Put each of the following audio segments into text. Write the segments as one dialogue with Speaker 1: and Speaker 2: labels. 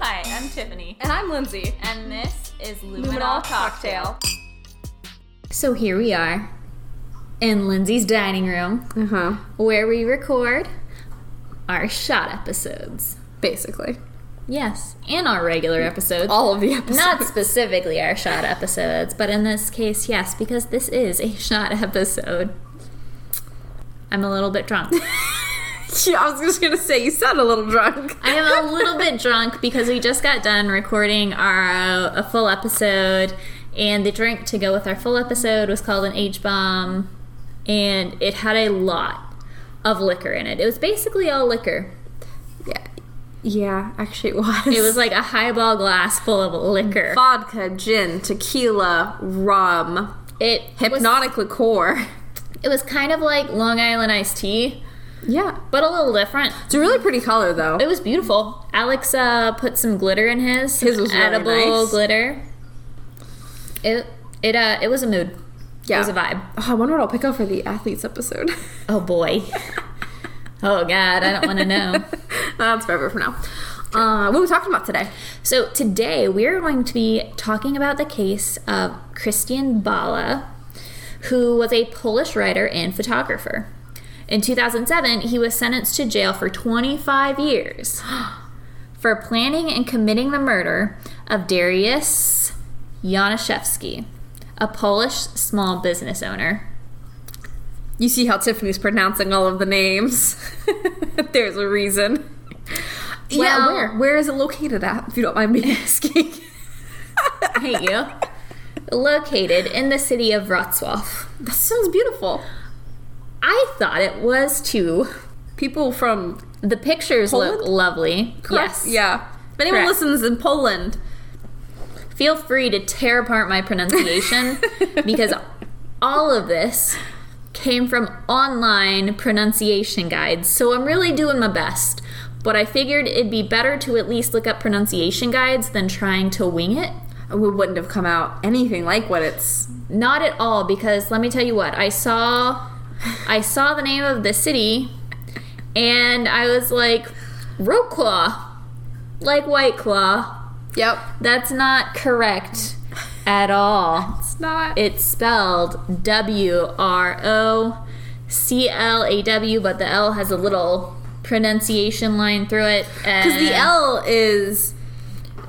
Speaker 1: Hi, I'm Tiffany.
Speaker 2: And I'm Lindsay.
Speaker 1: And this is Luminol Cocktail.
Speaker 2: So here we are in Lindsay's dining room
Speaker 3: Uh huh.
Speaker 2: where we record our shot episodes.
Speaker 3: Basically,
Speaker 2: Yes, and our regular episodes.
Speaker 3: all of the episodes.
Speaker 2: Not specifically our shot episodes, but in this case, yes, because this is a shot episode. I'm a little bit drunk.
Speaker 3: yeah, I was just gonna say you sound a little drunk.
Speaker 2: I am a little bit drunk because we just got done recording our uh, a full episode, and the drink to go with our full episode was called an H bomb, and it had a lot of liquor in it. It was basically all liquor.
Speaker 3: Yeah, yeah. Actually, it was.
Speaker 2: It was like a highball glass full of liquor.
Speaker 3: vodka, gin, tequila, rum,
Speaker 2: It was,
Speaker 3: hypnotic liqueur.
Speaker 2: it was kind of like Long Island iced tea,
Speaker 3: Yeah,
Speaker 2: but a little different.
Speaker 3: it's a really pretty color though.
Speaker 2: It was beautiful. Alex uh, put some glitter in his.
Speaker 3: His was really
Speaker 2: edible
Speaker 3: nice.
Speaker 2: glitter. It it uh it was a mood. It
Speaker 3: Yeah.
Speaker 2: was a vibe.
Speaker 3: Oh, I wonder what I'll pick up for the athletes episode.
Speaker 2: Oh boy. oh god, I don't want to know.
Speaker 3: That's forever for now. Uh, what are we talking about today?
Speaker 2: So today we are going to be talking about the case of Christian Bala, who was a Polish writer and photographer. In 2007, he was sentenced to jail for 25 years for planning and committing the murder of Darius Januszewski, a Polish small business owner.
Speaker 3: You see how Tiffany's pronouncing all of the names. There's a reason. yeah,
Speaker 2: Well-
Speaker 3: where? Where is it located at, if you don't mind me asking?
Speaker 2: I hate you. Located in the city of Wrocław.
Speaker 3: that sounds beautiful.
Speaker 2: I thought it was too.
Speaker 3: People from
Speaker 2: The pictures look
Speaker 3: Poland?
Speaker 2: lovely. Yes.
Speaker 3: Yeah. If anyone
Speaker 2: Correct.
Speaker 3: listens in Poland,
Speaker 2: Feel free to tear apart my pronunciation because all of this came from online pronunciation guides. So I'm really doing my best. But I figured it'd be better to at least look up pronunciation guides than trying to wing it.
Speaker 3: we wouldn't have come out anything like what it's.
Speaker 2: Not at all, because let me tell you what I saw. I saw the name of the city, and I was like, Roquah, like White Claw.
Speaker 3: Yep.
Speaker 2: That's not correct at all.
Speaker 3: It's not.
Speaker 2: It's spelled W R O C L A W, but the L has a little pronunciation line through it.
Speaker 3: Because the
Speaker 2: and
Speaker 3: L is.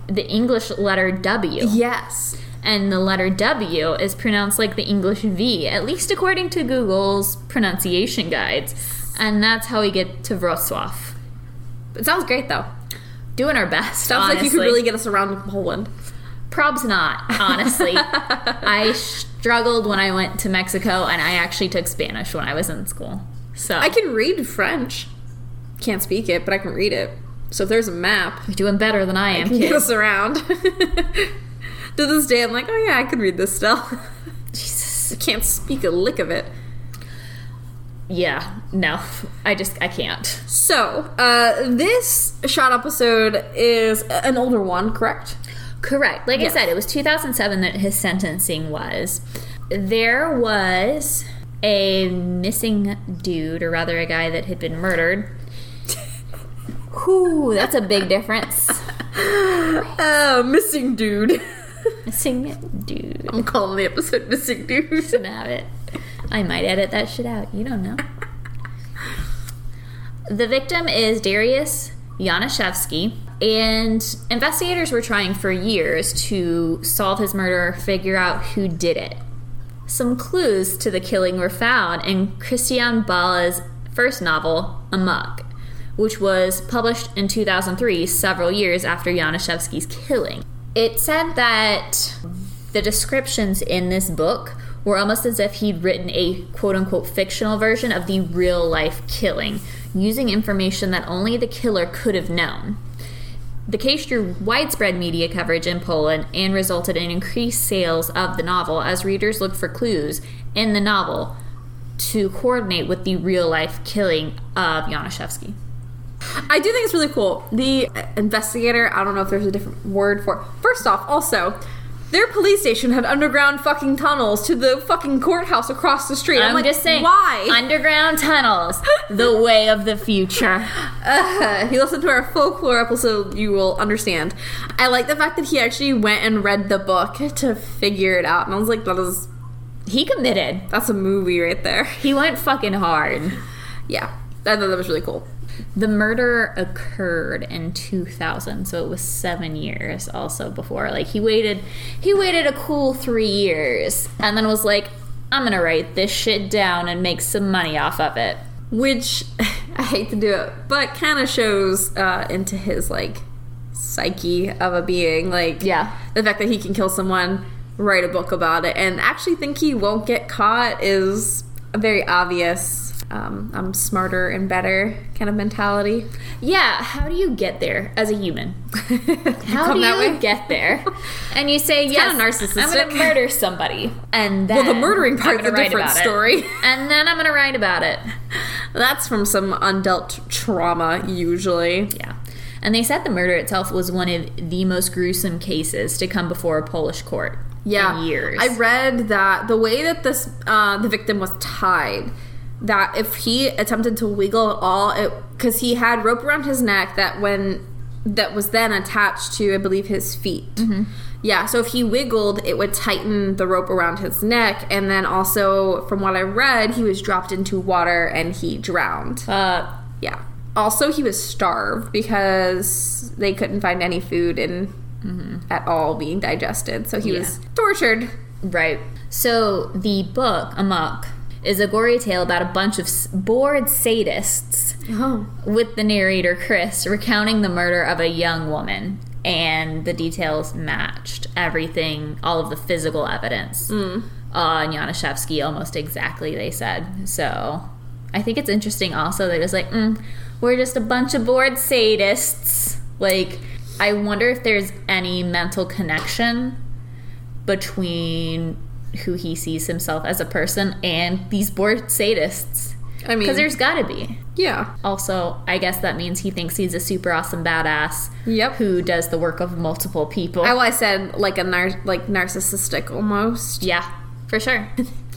Speaker 2: the English letter W,
Speaker 3: Yes.
Speaker 2: and the letter W is pronounced like the English V, at least according to Google's pronunciation guides. And that's how we get to Wrocław.
Speaker 3: It sounds great though.
Speaker 2: Doing our best.
Speaker 3: Sounds like you could
Speaker 2: honestly.
Speaker 3: really get us around in Poland.
Speaker 2: Prob's not, honestly. I struggled when I went to Mexico, and I actually took Spanish when I was in school. So
Speaker 3: I can read French. Can't speak it, but I can read it. So if there's a map,
Speaker 2: you're doing better than I am,
Speaker 3: can get
Speaker 2: kid.
Speaker 3: us around. to this day, I'm like, oh yeah, I could read this still. Jesus, I can't speak a lick of it.
Speaker 2: Yeah, no, I just I can't.
Speaker 3: So uh, this shot episode is an older one, correct?
Speaker 2: Correct. Like
Speaker 3: Yes.
Speaker 2: I said, it was 2007 that his sentencing was. There was a missing dude, or rather, a guy that had been murdered. Whew, that's a big difference.
Speaker 3: Uh, missing dude.
Speaker 2: missing dude.
Speaker 3: I'm calling the episode "Missing Dude."
Speaker 2: about it. I might edit that shit out. You don't know. The victim is Darius Januszewski, and investigators were trying for years to solve his murder, figure out who did it. Some clues to the killing were found in Christian Bala's first novel, Amok, which was published in 2003, several years after Januszewski's killing. It said that the descriptions in this book were almost as if he'd written a quote unquote fictional version of the real life killing, using information that only the killer could have known. The case drew widespread media coverage in Poland and resulted in increased sales of the novel as readers looked for clues in the novel to coordinate with the real life killing of Januszewski.
Speaker 3: I do think it's really cool. The investigator. I don't know if there's a different word for. It. First off, also Their police station had underground fucking tunnels to the fucking courthouse across the street. I'm,
Speaker 2: I'm
Speaker 3: like,
Speaker 2: just saying,
Speaker 3: why?
Speaker 2: underground tunnels, the way of the future.
Speaker 3: Uh, if you listen to our folklore episode, you will understand. I like the fact that he actually went and read the book to figure it out, and I was like, that is
Speaker 2: He committed.
Speaker 3: that's a movie right there.
Speaker 2: He went fucking hard.
Speaker 3: Yeah, I thought that was really cool.
Speaker 2: The murder occurred in 2000, so it was 7 years also before. Like he waited he waited a cool 3 years and then was like, I'm going to write this shit down and make some money off of it.
Speaker 3: Which I hate to do it, but kind of shows uh, into his like psyche of a being. Like,
Speaker 2: Yeah.
Speaker 3: the fact that he can kill someone, write a book about it, and actually think he won't get caught is a very obvious. Um, I'm smarter and better kind of mentality.
Speaker 2: Yeah, how do you get there as a human? How
Speaker 3: Come
Speaker 2: do
Speaker 3: that
Speaker 2: you
Speaker 3: way?
Speaker 2: get there? And you say, yes,
Speaker 3: kinda
Speaker 2: I'm
Speaker 3: narcissistic.
Speaker 2: going to murder somebody. And then
Speaker 3: Well, the murdering
Speaker 2: I'm
Speaker 3: part's
Speaker 2: gonna
Speaker 3: a
Speaker 2: write
Speaker 3: different
Speaker 2: about it.
Speaker 3: story.
Speaker 2: And then I'm going to write about it.
Speaker 3: That's from some undealt trauma, usually.
Speaker 2: Yeah. And they said the murder itself was one of the most gruesome cases to come before a Polish court
Speaker 3: yeah
Speaker 2: in years.
Speaker 3: i read that the way that this uh, the victim was tied that if he attempted to wiggle at all it because he had rope around his neck that when that was then attached to i believe his feet
Speaker 2: Mm-hmm.
Speaker 3: yeah so if he wiggled it would tighten the rope around his neck and then also from what i read he was dropped into water and he drowned
Speaker 2: uh,
Speaker 3: yeah. Also, he was starved because they couldn't find any food and at all being digested. So he
Speaker 2: Yeah.
Speaker 3: was tortured.
Speaker 2: right. So the book, Amok, is a gory tale about a bunch of s- bored sadists
Speaker 3: Oh.
Speaker 2: with the narrator Chris recounting the murder of a young woman, and the details matched everything, all of the physical evidence
Speaker 3: Mm.
Speaker 2: on Januszewski almost exactly. They said so. I think it's interesting. Also, they're just like, mm, we're just a bunch of bored sadists. Like, I wonder if there's any mental connection between who he sees himself as a person and these bored sadists.
Speaker 3: I mean,
Speaker 2: Because there's got to be.
Speaker 3: yeah.
Speaker 2: Also, I guess that means he thinks he's a super awesome badass
Speaker 3: Yep.
Speaker 2: who does the work of multiple people.
Speaker 3: I, well, I said like a nar- like narcissistic almost.
Speaker 2: yeah, for sure.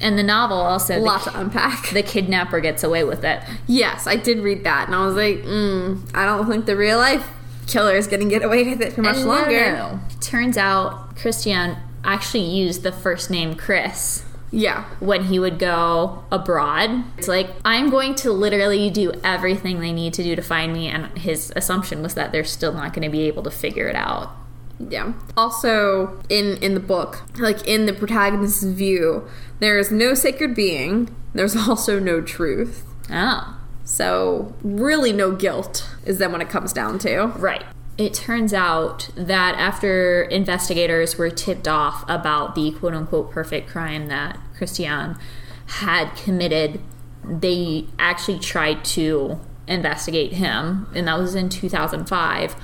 Speaker 2: And the novel also,
Speaker 3: A lot
Speaker 2: the,
Speaker 3: to unpack.
Speaker 2: the kidnapper gets away with it.
Speaker 3: yes, I did read that, and I was like, mm, I don't think the real life killer is going to get away with it for much
Speaker 2: And no,
Speaker 3: longer.
Speaker 2: no. Turns out Christian actually used the first name Chris
Speaker 3: Yeah.
Speaker 2: when he would go abroad. It's like, I'm going to literally do everything they need to do to find me. And his assumption was that they're still not going to be able to figure it out.
Speaker 3: Yeah. Also, in in the book, like in the protagonist's view, there is no sacred being. There's also no truth.
Speaker 2: Oh.
Speaker 3: So, really, no guilt is then when it comes down to.
Speaker 2: Right. It turns out that after investigators were tipped off about the quote unquote perfect crime that Christian had committed, they actually tried to investigate him, and that was in 2005.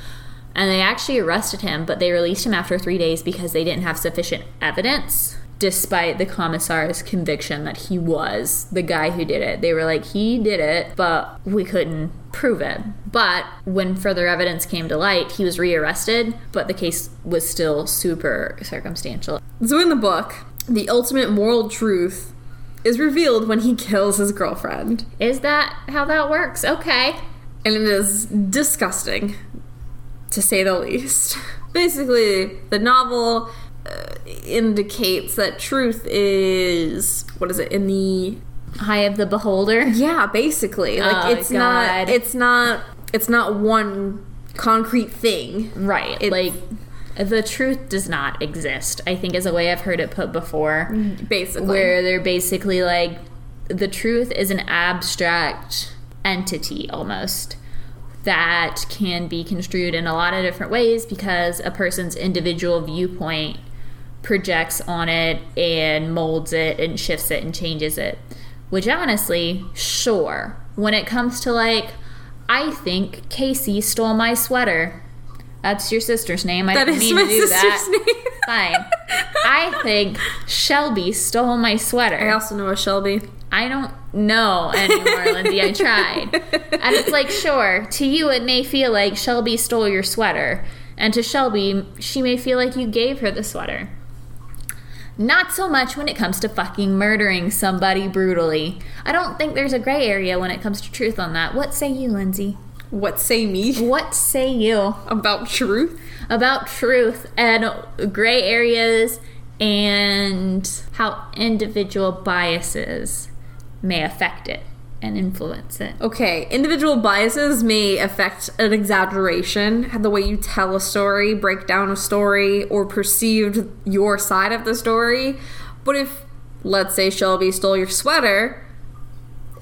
Speaker 2: And they actually arrested him, but they released him after three days because they didn't have sufficient evidence, despite the commissar's conviction that he was the guy who did it. They were like, he did it, but we couldn't prove it. But when further evidence came to light, he was rearrested, but the case was still super circumstantial.
Speaker 3: So, in the book, the ultimate moral truth is revealed when he kills his girlfriend,
Speaker 2: Is that how that works? Okay.
Speaker 3: and it is disgusting, to say the least. Basically, the novel uh, indicates that truth is what is it in the
Speaker 2: Eye of the beholder.
Speaker 3: Yeah, basically. Like
Speaker 2: Oh,
Speaker 3: it's not
Speaker 2: God.
Speaker 3: it's not it's not one concrete thing.
Speaker 2: Right.
Speaker 3: It's-
Speaker 2: like, the truth does not exist, I think, is a way I've heard it put before.
Speaker 3: Basically.
Speaker 2: where they're basically like the truth is an abstract entity almost that can be construed in a lot of different ways because a person's individual viewpoint projects on it and molds it and shifts it and changes it which honestly sure when it comes to like i think casey stole my sweater that's your sister's name i
Speaker 3: that
Speaker 2: didn't
Speaker 3: is
Speaker 2: mean
Speaker 3: my
Speaker 2: to do
Speaker 3: sister's
Speaker 2: that
Speaker 3: name.
Speaker 2: fine. I think Shelby stole my
Speaker 3: I
Speaker 2: sweater.
Speaker 3: also know a Shelby.
Speaker 2: I don't know anymore, Lindsay. I tried. And it's like, sure, to you it may feel like Shelby stole your sweater. And to Shelby, she may feel like you gave her the sweater. Not so much when it comes to fucking murdering somebody brutally. I don't think there's a gray area when it comes to truth on that. What say you, Lindsay?
Speaker 3: What say me
Speaker 2: What say you?
Speaker 3: about truth?
Speaker 2: about truth and gray areas and how individual biases may affect it and influence it.
Speaker 3: Okay, individual biases may affect an exaggeration, the way you tell a story, break down a story, or perceived your side of the story. But if, let's say, Shelby stole your sweater,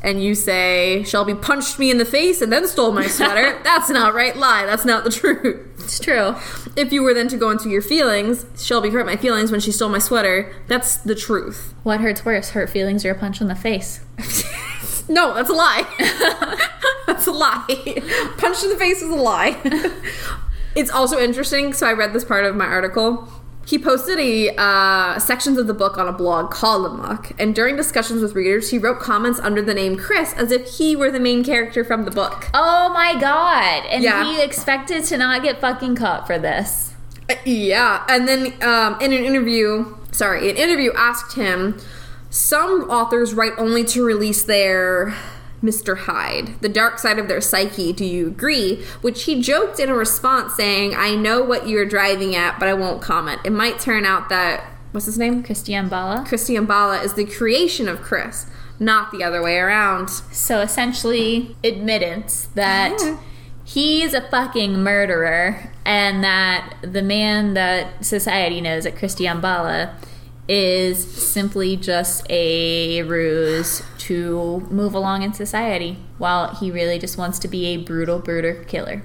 Speaker 3: and you say, Shelby punched me in the face and then stole my sweater, that's an outright lie. That's not the truth.
Speaker 2: It's true.
Speaker 3: If you were then to go into your feelings, Shelby hurt my feelings when she stole my sweater, that's the truth.
Speaker 2: What hurts worse, hurt feelings or a punch in the face?
Speaker 3: No, that's a lie. that's a lie. Punch in the face is a lie. it's also interesting. So I read this part of my article. He posted a uh, sections of the book on a blog called Limlock, and during discussions with readers, he wrote comments under the name Chris as if he were the main character from the book.
Speaker 2: Oh my god! And
Speaker 3: Yeah.
Speaker 2: he expected to not get fucking caught for this.
Speaker 3: Uh, Yeah, and then um, in an interview, sorry, an interview asked him, some authors write only to release their Mr. Hyde, the dark side of their psyche. Do you agree? Which he joked in a response saying, I know what you're driving at, but I won't comment. It might turn out that, what's his name?
Speaker 2: Christian Bala.
Speaker 3: Christian Bala is the creation of Chris, not the other way around.
Speaker 2: So essentially, admittance that
Speaker 3: Yeah.
Speaker 2: he's a fucking murderer and that the man that society knows at Christian Bala is simply just a ruse to move along in society while he really just wants to be a brutal, brutal killer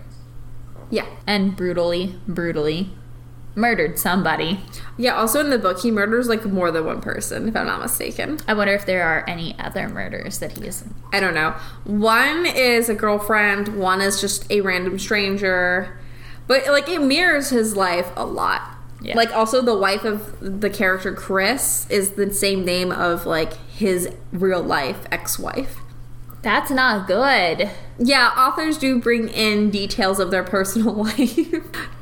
Speaker 3: Yeah.
Speaker 2: and brutally, brutally murdered somebody.
Speaker 3: Yeah, also in the book, he murders like more than one person, if I'm not mistaken.
Speaker 2: I wonder if there are any other murders that he is.
Speaker 3: I don't know. One is a girlfriend, one is just a random stranger. But like it mirrors his life a lot.
Speaker 2: Yeah.
Speaker 3: Like also the wife of the character Chris is the same name of like his real life ex-wife.
Speaker 2: That's not good.
Speaker 3: Yeah, authors do bring in details of their personal life.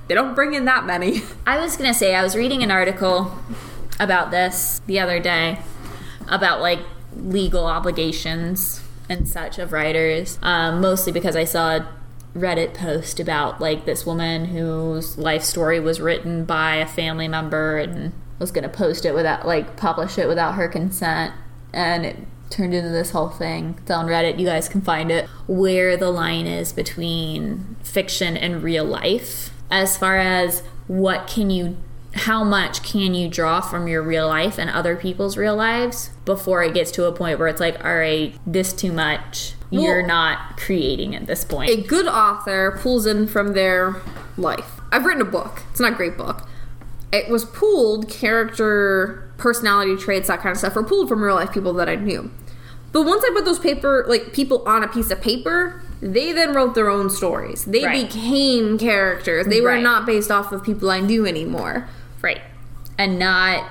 Speaker 3: they don't bring in that many.
Speaker 2: I was gonna say I was reading an article about this the other day about like legal obligations and such of writers, um, mostly because I saw a Reddit post about like this woman whose life story was written by a family member and was gonna post it without like publish it without her consent, and it turned into this whole thing. It's on Reddit. You guys can find it. Where the line is between fiction and real life, as far as what can you how much can you draw from your real life and other people's real lives before it gets to a point where it's like, all right, this too much. You're
Speaker 3: Well-
Speaker 2: not creating at this point.
Speaker 3: a good author pulls in from their life. I've written a book. It's not a great book. It was pooled character, personality traits, that kind of stuff were pulled from real life people that I knew. But once I put those paper like people on a piece of paper, they then wrote their own stories. They
Speaker 2: Right.
Speaker 3: became characters. They were
Speaker 2: Right.
Speaker 3: not based off of people I knew anymore.
Speaker 2: right. And not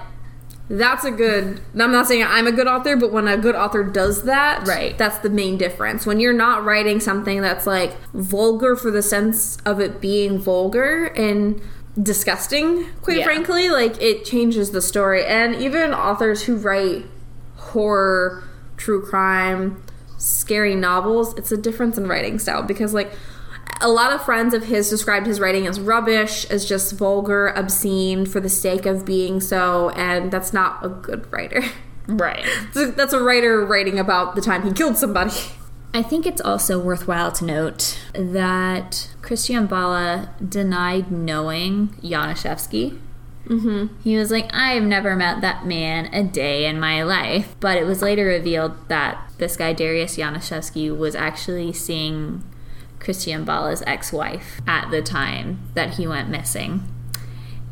Speaker 3: That's a good. I'm not saying I'm a good author, but when a good author does that,
Speaker 2: Right.
Speaker 3: that's the main difference. When you're not writing something that's like vulgar for the sense of it being vulgar and disgusting, quite
Speaker 2: Yeah.
Speaker 3: frankly, like it changes the story. And even authors who write horror, true crime, scary novels, it's a difference in writing style because like a lot of friends of his described his writing as rubbish, as just vulgar, obscene for the sake of being so, and that's not a good writer.
Speaker 2: right.
Speaker 3: that's a writer writing about the time he killed somebody.
Speaker 2: I think it's also worthwhile to note that Christian Bala denied knowing Januszewski. Mm-hmm. He was like, I have never met that man a day in my life. But it was later revealed that this guy, Darius Januszewski, was actually seeing Christian Bala's ex wife at the time that he went missing.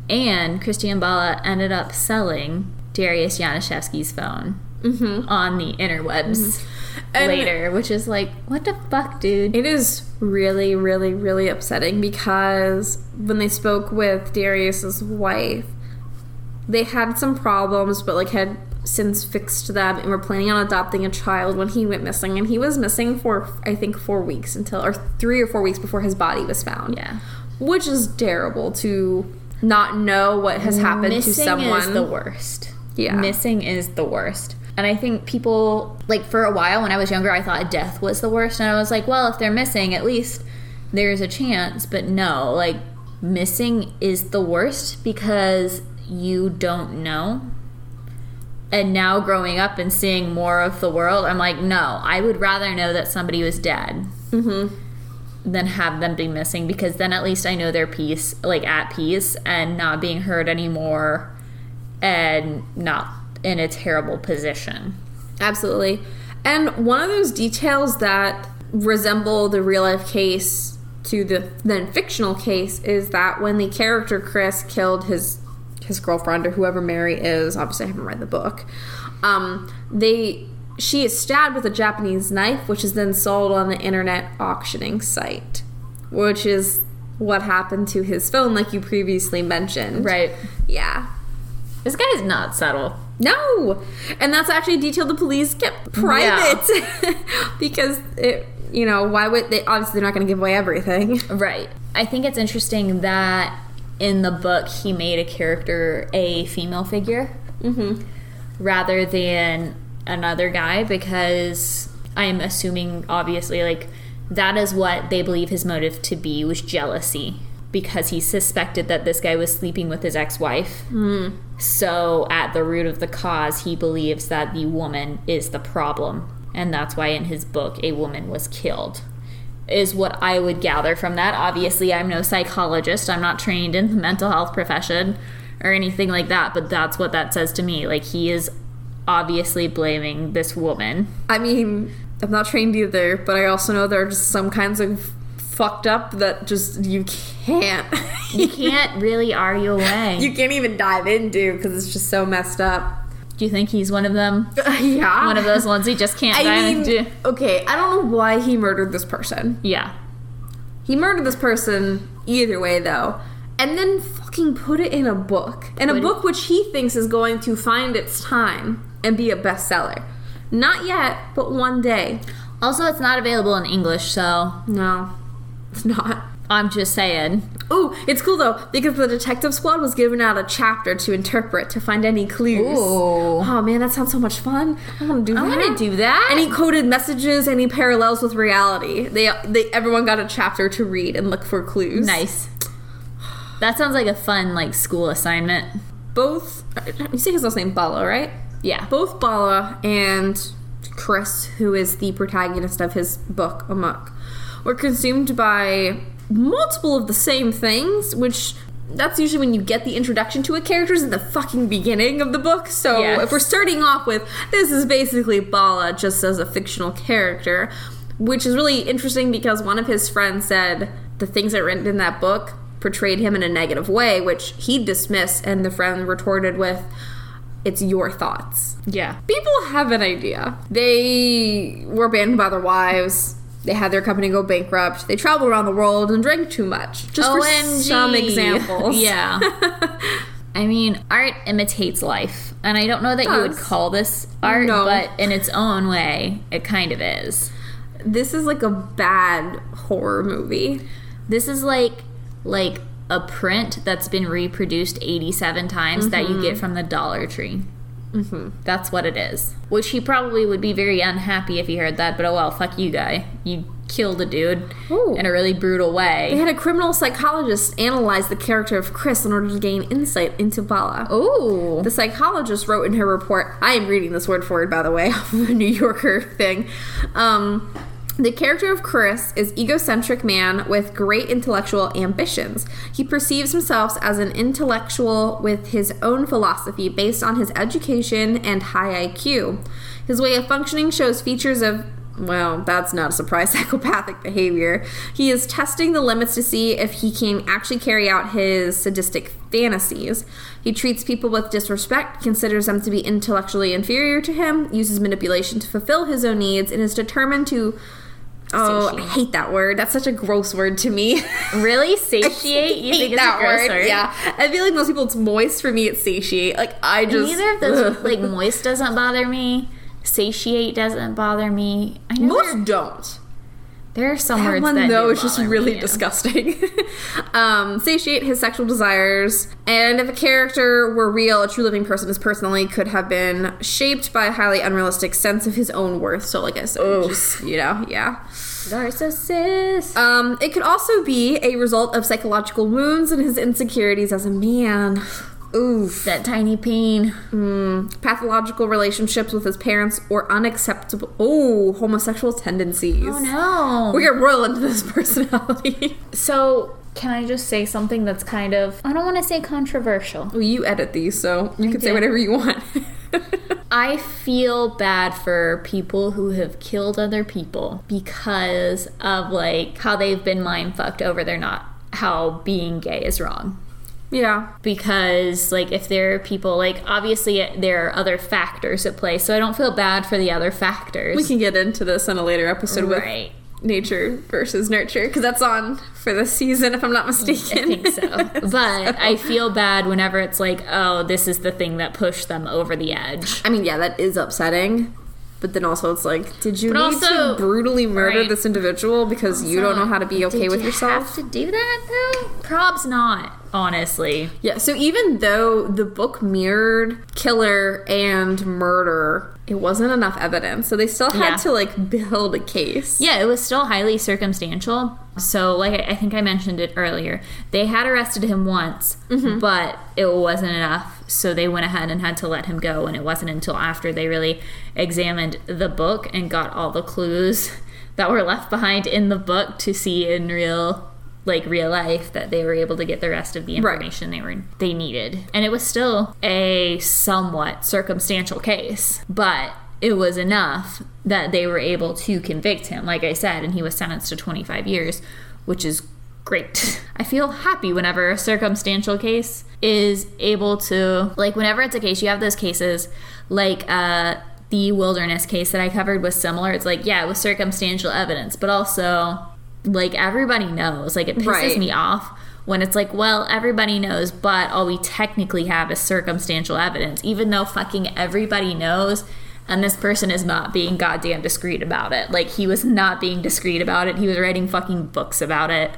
Speaker 2: And Christian Bala ended up selling Darius Januszewski's phone on the interwebs
Speaker 3: And-
Speaker 2: later, which is like, what the fuck, dude?
Speaker 3: It is really, really, really upsetting because when they spoke with Darius's wife, they had some problems, but like had since fixed them and were planning on adopting a child when he went missing. And he was missing for I think four weeks until, or three or four weeks before his body was found.
Speaker 2: yeah.
Speaker 3: which is terrible to not know what has happened
Speaker 2: Missing
Speaker 3: to someone.
Speaker 2: is the worst.
Speaker 3: Yeah.
Speaker 2: Missing is the worst. And I think people, like, for a while when I was younger, I thought death was the worst. And I was like, well, if they're missing, at least there's a chance. But no, like, missing is the worst because you don't know. And now growing up and seeing more of the world, I'm like, no, I would rather know that somebody was dead than have them be missing because then at least I know their peace, like at peace, and not being hurt anymore, and not in a terrible position.
Speaker 3: Absolutely. And one of those details that resemble the real life case to the then fictional case is that when the character Chris killed his his girlfriend or whoever Mary is, obviously I haven't read the book. Um, they she is stabbed with a Japanese knife, which is then sold on the internet auctioning site, which is what happened to his phone, like you previously mentioned.
Speaker 2: Right.
Speaker 3: Yeah.
Speaker 2: This guy's not subtle.
Speaker 3: No, and that's actually a detail the police kept private because it, you know, why would they? Obviously, they're not going to give away everything.
Speaker 2: Right. I think it's interesting that in the book he made a character a female figure rather than another guy because I'm assuming, obviously, like that is what they believe his motive to be was jealousy because he suspected that this guy was sleeping with his ex wife. So, at the root of the cause, he believes that the woman is the problem. And that's why in his book, a woman was killed, is what I would gather from that. Obviously, I'm no psychologist, I'm not trained in the mental health profession or anything like that, but that's what that says to me. Like, he is obviously blaming this woman.
Speaker 3: I mean, I'm not trained either, but I also know there are just some kinds of fucked up that just you can't
Speaker 2: You can't really argue away.
Speaker 3: you can't even dive into because it's just so messed up.
Speaker 2: Do you think he's one of them?
Speaker 3: yeah,
Speaker 2: One of those ones he just can't
Speaker 3: Ah. I
Speaker 2: dive
Speaker 3: mean,
Speaker 2: into?
Speaker 3: okay, I don't know why he murdered this person.
Speaker 2: Yeah.
Speaker 3: He murdered this person either way, though. And then fucking put it in a book. In a
Speaker 2: Would-
Speaker 3: book which he thinks is going to find its time and be a bestseller. Not yet, but one day.
Speaker 2: Also, it's not available in English, so
Speaker 3: No, it's not.
Speaker 2: I'm just saying.
Speaker 3: Ooh, it's cool though, because the detective squad was given out a chapter to interpret to find any clues.
Speaker 2: Ooh.
Speaker 3: Oh man, that sounds so much fun. I want to do that.
Speaker 2: I want to do that.
Speaker 3: Any coded messages, any parallels with reality. They, they everyone got a chapter to read and look for clues.
Speaker 2: nice. That sounds like a fun like school assignment.
Speaker 3: both you say his last name Bala, right?
Speaker 2: Yeah.
Speaker 3: Both Bala and Chris, who is the protagonist of his book Amok, were consumed by multiple of the same things, which that's usually when you get the introduction to a character is in the fucking beginning of the book. So
Speaker 2: Yes.
Speaker 3: if we're starting off with this is basically Bala just as a fictional character, which is really interesting because one of his friends said the things that are written in that book portrayed him in a negative way, which he dismissed, and the friend retorted with, "It's your thoughts."
Speaker 2: Yeah.
Speaker 3: People have an idea. They were abandoned by their wives. They had their company go bankrupt. They traveled around the world and drank too much. Just for
Speaker 2: OMG.
Speaker 3: some examples.
Speaker 2: Yeah. I mean, art imitates life. And I don't know that you would
Speaker 3: does.
Speaker 2: call this art,
Speaker 3: No.
Speaker 2: but in its own way, it kind of is.
Speaker 3: This is like a bad horror movie.
Speaker 2: This is like like a print that's been reproduced 87 times that you get from the Dollar Tree. That's what it is. Which he probably would be very unhappy if he heard that, but oh well, fuck you, guy. You killed a dude
Speaker 3: Ooh.
Speaker 2: in a really brutal
Speaker 3: They
Speaker 2: way.
Speaker 3: had a criminal psychologist analyze the character of Chris in order to gain insight into Bala.
Speaker 2: Ooh.
Speaker 3: The psychologist wrote in her report, I am reading this word for word, by the way, off of a New Yorker thing. Um, the character of Chris is egocentric man with great intellectual ambitions. He perceives himself as an intellectual with his own philosophy based on his education and high IQ. His way of functioning shows features of well, that's not a surprise psychopathic behavior. He is testing the limits to see if he can actually carry out his sadistic fantasies. He treats people with disrespect, considers them to be intellectually inferior to him, uses manipulation to fulfill his own needs, and is determined to. Oh, I
Speaker 2: Satiate.
Speaker 3: hate that word. That's such a gross word to me.
Speaker 2: Really? Satiate? You
Speaker 3: hate
Speaker 2: think it's a
Speaker 3: that
Speaker 2: gross
Speaker 3: word.
Speaker 2: word?
Speaker 3: Yeah, I feel like most people it's moist. For me, it's satiate. Like I just
Speaker 2: Neither of those, like, moist doesn't bother me. Satiate doesn't bother me. I know they're-
Speaker 3: most don't.
Speaker 2: There are some
Speaker 3: That
Speaker 2: words
Speaker 3: one
Speaker 2: that
Speaker 3: though
Speaker 2: do
Speaker 3: is just
Speaker 2: bother me,
Speaker 3: really
Speaker 2: yeah.
Speaker 3: disgusting. um, satiate his sexual desires, and if a character were real, a true living person is personally could have been shaped by a highly unrealistic sense of his own worth. So, like I said, just, you know, yeah.
Speaker 2: Narcissist.
Speaker 3: Um, it could also be a result of psychological wounds and his insecurities as a man. Oof.
Speaker 2: that tiny pain.
Speaker 3: Pathological relationships with his parents or unacceptable. Oh, homosexual tendencies.
Speaker 2: Oh no.
Speaker 3: We are royal into this personality.
Speaker 2: so, can I just say something that's kind of, I don't want to say controversial.
Speaker 3: Well, you edit these, so you can say
Speaker 2: did.
Speaker 3: whatever you want.
Speaker 2: I feel bad for people who have killed other people because of like how they've been mind fucked over they're not how being gay is wrong.
Speaker 3: yeah.
Speaker 2: Because like if there are people like obviously it- there are other factors at play, so I don't feel bad for the other factors.
Speaker 3: We can get into this in a later episode
Speaker 2: right.
Speaker 3: with nature versus nurture, because that's on for this season, if I'm not mistaken.
Speaker 2: I think so. But I feel bad whenever it's like, oh, this is the thing that pushed them over the edge.
Speaker 3: I mean, yeah, that is upsetting. But then also, it's like, did you
Speaker 2: But
Speaker 3: need
Speaker 2: also-
Speaker 3: to brutally murder
Speaker 2: right.
Speaker 3: this individual because you don't know how to be okay
Speaker 2: Did
Speaker 3: with
Speaker 2: you Have
Speaker 3: yourself?
Speaker 2: to do that though? Prob's not, honestly.
Speaker 3: Yeah, so even though the book mirrored killer and murder, it wasn't enough evidence. So they still had
Speaker 2: Yeah.
Speaker 3: to like build a case.
Speaker 2: Yeah, it was still highly circumstantial. So, like I I think I mentioned it earlier, they had arrested him once,
Speaker 3: Mm-hmm.
Speaker 2: but it wasn't enough. So they went ahead and had to let him go, and it wasn't until after they really examined the book and got all the clues that were left behind in the book to see in real like real life that they were able to get the rest of the
Speaker 3: Right.
Speaker 2: information they were they needed. And it was still a somewhat circumstantial case, but it was enough that they were able to convict him, like I said, and he was sentenced to 25 years, which is great. I feel happy whenever a circumstantial case is able to like whenever it's a case you have those cases like uh the wilderness case that I covered was similar. It's like, yeah, it was circumstantial evidence, but also like everybody knows. Like it pisses
Speaker 3: Right.
Speaker 2: me off when it's like, well, everybody knows, but all we technically have is circumstantial evidence, even though fucking everybody knows. And this person is not being goddamn discreet about it. Like he was not being discreet about it. He was writing fucking books about it.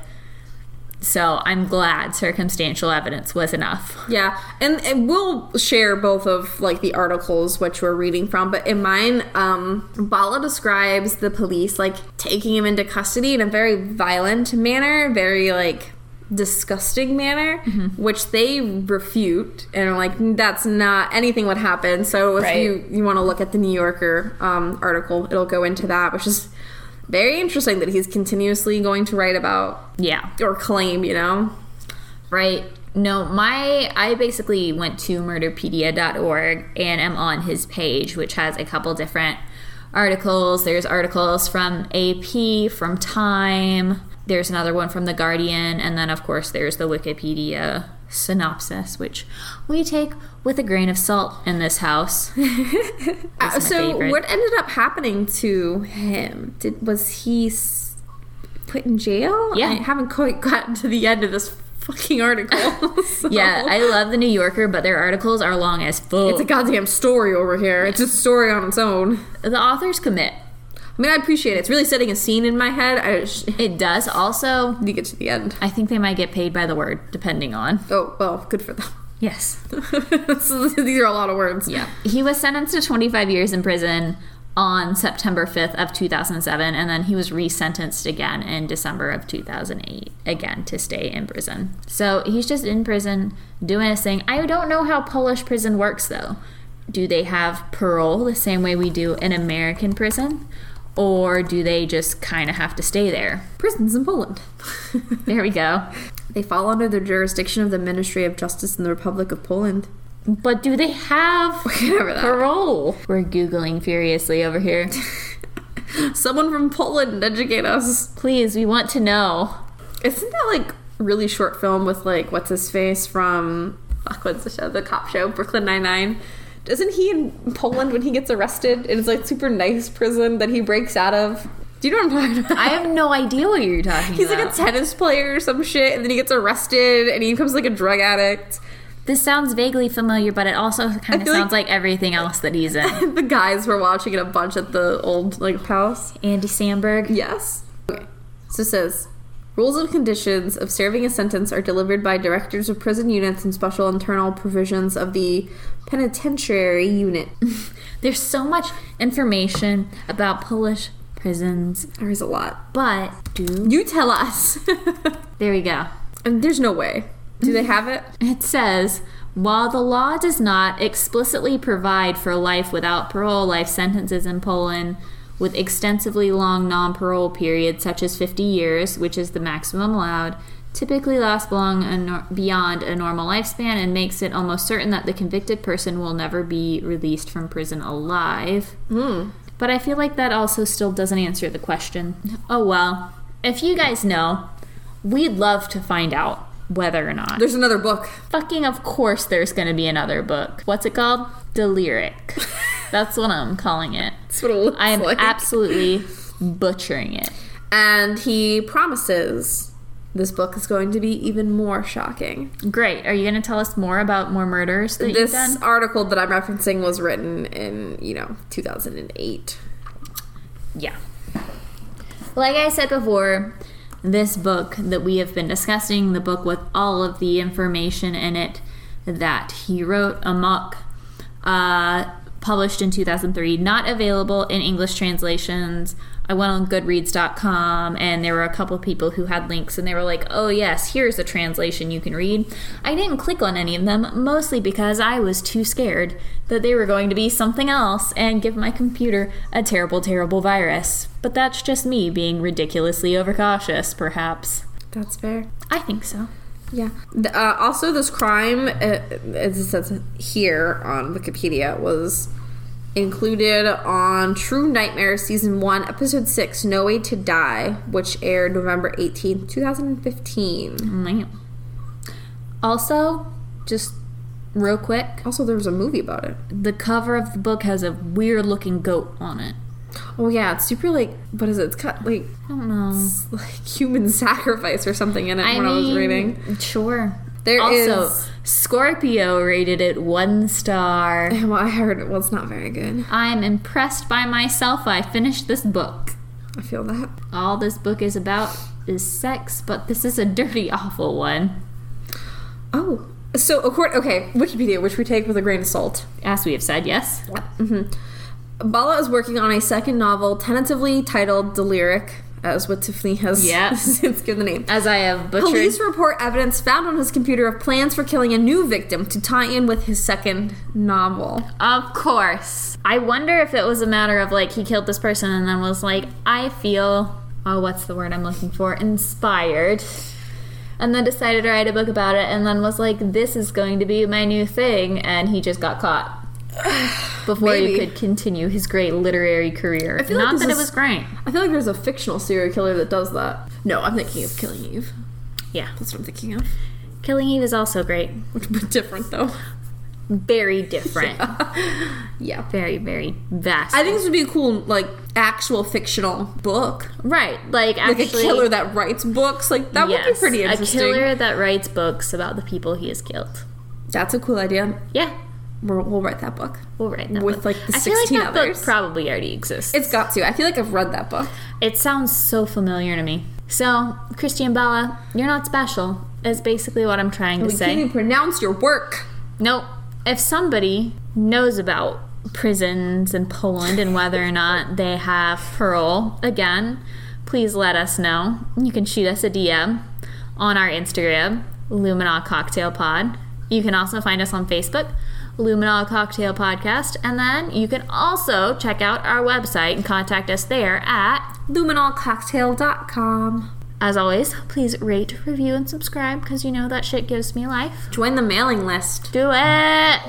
Speaker 2: So I'm glad circumstantial evidence was enough.
Speaker 3: Yeah, and, and we'll share both of like the articles which we're reading from, but in mine, um, Bala describes the police like taking him into custody in a very violent manner, very like disgusting manner, which they refute and are like, that's not anything would happen. So if
Speaker 2: Right.
Speaker 3: you you want to look at the New Yorker um, article, it'll go into that, which is very interesting that he's continuously going to write about
Speaker 2: Yeah.
Speaker 3: or claim, you know.
Speaker 2: Right. No, my I basically went to murderpedia.org and am on his page, which has a couple different articles. There's articles from AP, from Time. There's another one from The Guardian, and then of course there's the Wikipedia synopsis, which we take with a grain of salt in this house.
Speaker 3: Uh,
Speaker 2: my
Speaker 3: so
Speaker 2: favorite.
Speaker 3: what ended up happening to him did was he s- put in jail
Speaker 2: Yeah.
Speaker 3: i haven't quite gotten to the end of this fucking article so-
Speaker 2: yeah, I love the New Yorker, but their articles are long as fuck.
Speaker 3: it's a goddamn story over here it's a story on its own
Speaker 2: the authors commit.
Speaker 3: i mean i appreciate it it's really setting a scene in my head i just need
Speaker 2: It does also.
Speaker 3: to get to the end
Speaker 2: I think they might get paid by the word, depending on.
Speaker 3: oh well good for them
Speaker 2: Yes.
Speaker 3: So these are a lot of words
Speaker 2: Yeah. He was sentenced to 25 years in prison on September 5th of 2007 and then he was resentenced again in December of 2008 again to stay in prison. So he's just in prison doing his thing. I don't know how Polish prison works though. Do they have parole the same way we do in American prison or do they just kind of have to stay there?
Speaker 3: prisons in poland
Speaker 2: There we go.
Speaker 3: they fall under the jurisdiction of the ministry of justice in the republic of poland
Speaker 2: But do they have
Speaker 3: Whatever that.
Speaker 2: parole? We're googling furiously over here.
Speaker 3: someone from poland educate us
Speaker 2: Please, we want to know.
Speaker 3: Isn't that like really short film with like what's his face from fuck what's the show the cop show Brooklyn Nine Nine? Isn't he in Poland when he gets arrested? It's like super nice prison that he breaks out of. Do you know what I'm talking about?
Speaker 2: I have no idea what you're talking
Speaker 3: He's
Speaker 2: about.
Speaker 3: like a tennis player or some shit, and then he gets arrested and he becomes like a drug addict.
Speaker 2: this sounds vaguely familiar, but it also kind
Speaker 3: I
Speaker 2: of
Speaker 3: feel like-
Speaker 2: sounds like, everything else that he's in.
Speaker 3: the guys were watching it a bunch at the old like house.
Speaker 2: Andy Samberg.
Speaker 3: Yes. So it says rules and conditions of serving a sentence are delivered by directors of prison units and special internal provisions of the penitentiary unit.
Speaker 2: There's so much information about Polish prisons,
Speaker 3: there is a lot.
Speaker 2: but do
Speaker 3: You tell us.
Speaker 2: there we go.
Speaker 3: and there's no way. Do they have it?
Speaker 2: It says, while the law does not explicitly provide for life without parole, life sentences in Poland with extensively long non parole periods, such as 50 years, which is the maximum allowed, typically last long a nor- beyond a normal lifespan and makes it almost certain that the convicted person will never be released from prison alive. But I feel like that also still doesn't answer the question. Oh well. If you guys know, we'd love to find out whether or not
Speaker 3: There's another book.
Speaker 2: fucking of course there's gonna be another book. What's it called? Deliric. That's what I'm calling it.
Speaker 3: That's what it looks
Speaker 2: I am
Speaker 3: like.
Speaker 2: absolutely butchering it.
Speaker 3: and he promises this book is going to be even more shocking.
Speaker 2: Great. Are you gonna tell us more about more murders that you've
Speaker 3: this
Speaker 2: done?
Speaker 3: article that I'm referencing was written in, you know, 2008.
Speaker 2: Yeah. Like I said before, this book that we have been discussing, the book with all of the information in it that he wrote, Amok, uh, published in 2003, not available in English translations. I went on Goodreads.com and there were a couple people who had links and they were like, oh, yes, here's a translation you can read. I didn't click on any of them, mostly because I was too scared that they were going to be something else and give my computer a terrible, terrible virus. But that's just me being ridiculously overcautious, perhaps.
Speaker 3: That's fair.
Speaker 2: I think so.
Speaker 3: Yeah. The- Uh, also, this crime, uh, as it says here on Wikipedia, was included on True Nightmare Season 1, Episode 6, No Way to Die, which aired November 18th, 2015.
Speaker 2: Man. Mm, Also, just real quick,
Speaker 3: Also, there was a movie about it.
Speaker 2: the cover of the book has a weird looking goat on it.
Speaker 3: Oh, yeah. It's super, like, what is it? It's got, like,
Speaker 2: I don't know.
Speaker 3: s- like human sacrifice or something in it when I was reading.
Speaker 2: Sure.
Speaker 3: There
Speaker 2: also,
Speaker 3: is-
Speaker 2: Scorpio rated it one star.
Speaker 3: Well, I heard it was not very good.
Speaker 2: I'm impressed by myself. I finished this book.
Speaker 3: I feel that.
Speaker 2: All this book is about is sex, but this is a dirty, awful one.
Speaker 3: Oh. So, according, okay, Wikipedia, which we take with a grain of salt.
Speaker 2: As we have said, yes.
Speaker 3: Mm-hmm. Bala is working on a second novel, tentatively titled Deliric, as what Tiffany has
Speaker 2: Yeah.
Speaker 3: since given the name.
Speaker 2: As I have butchered.
Speaker 3: Police report evidence found on his computer of plans for killing a new victim to tie in with his second novel.
Speaker 2: Of course. I wonder if it was a matter of like he killed this person and then was like, I feel, oh, what's the word I'm looking for? Inspired. And then decided to write a book about it and then was like, this is going to be my new thing. And he just got caught before he
Speaker 3: Maybe.
Speaker 2: could continue his great literary career.
Speaker 3: feel like
Speaker 2: Not
Speaker 3: this
Speaker 2: that it
Speaker 3: is-
Speaker 2: was great.
Speaker 3: I feel like there's a fictional serial killer that does that. No, I'm thinking of Killing Eve.
Speaker 2: Yeah.
Speaker 3: That's what I'm thinking of.
Speaker 2: Killing Eve is also great.
Speaker 3: Which would be different, though.
Speaker 2: Very different.
Speaker 3: yeah.
Speaker 2: Very, very vast.
Speaker 3: I think this would be a cool, like, actual fictional book.
Speaker 2: right. Like,
Speaker 3: Like
Speaker 2: actually.
Speaker 3: a killer that writes books. Like, that would be
Speaker 2: yes,
Speaker 3: pretty interesting.
Speaker 2: A killer that writes books about the people he has killed.
Speaker 3: That's a cool idea.
Speaker 2: Yeah,
Speaker 3: We're, we'll write that book.
Speaker 2: we'll write that
Speaker 3: With,
Speaker 2: book.
Speaker 3: like, the
Speaker 2: I feel like
Speaker 3: 16
Speaker 2: that
Speaker 3: others.
Speaker 2: book probably already exists.
Speaker 3: It's got to. I feel like I've read that book.
Speaker 2: it sounds so familiar to me. So, Christian Bala, you're not special. Is basically what I'm trying to
Speaker 3: We can't
Speaker 2: say.
Speaker 3: even pronounce your work.
Speaker 2: No, if somebody knows about prisons in Poland and whether or not they have parole, again, please let us know. You can shoot us a DM on our Instagram, Lumina Cocktail Pod. You can also find us on Facebook, Lumina Cocktail Podcast, and then you can also check out our website and contact us there at
Speaker 3: Luminolcocktail.com.
Speaker 2: as always, please rate, review, and subscribe because you know that shit gives me life.
Speaker 3: Join the mailing list.
Speaker 2: Do it!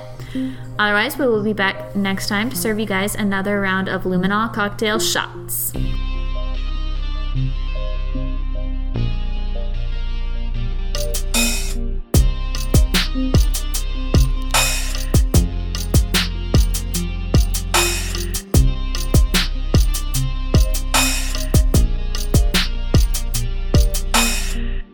Speaker 2: Otherwise, we will be back next time to serve you guys another round of Luminol cocktail shots.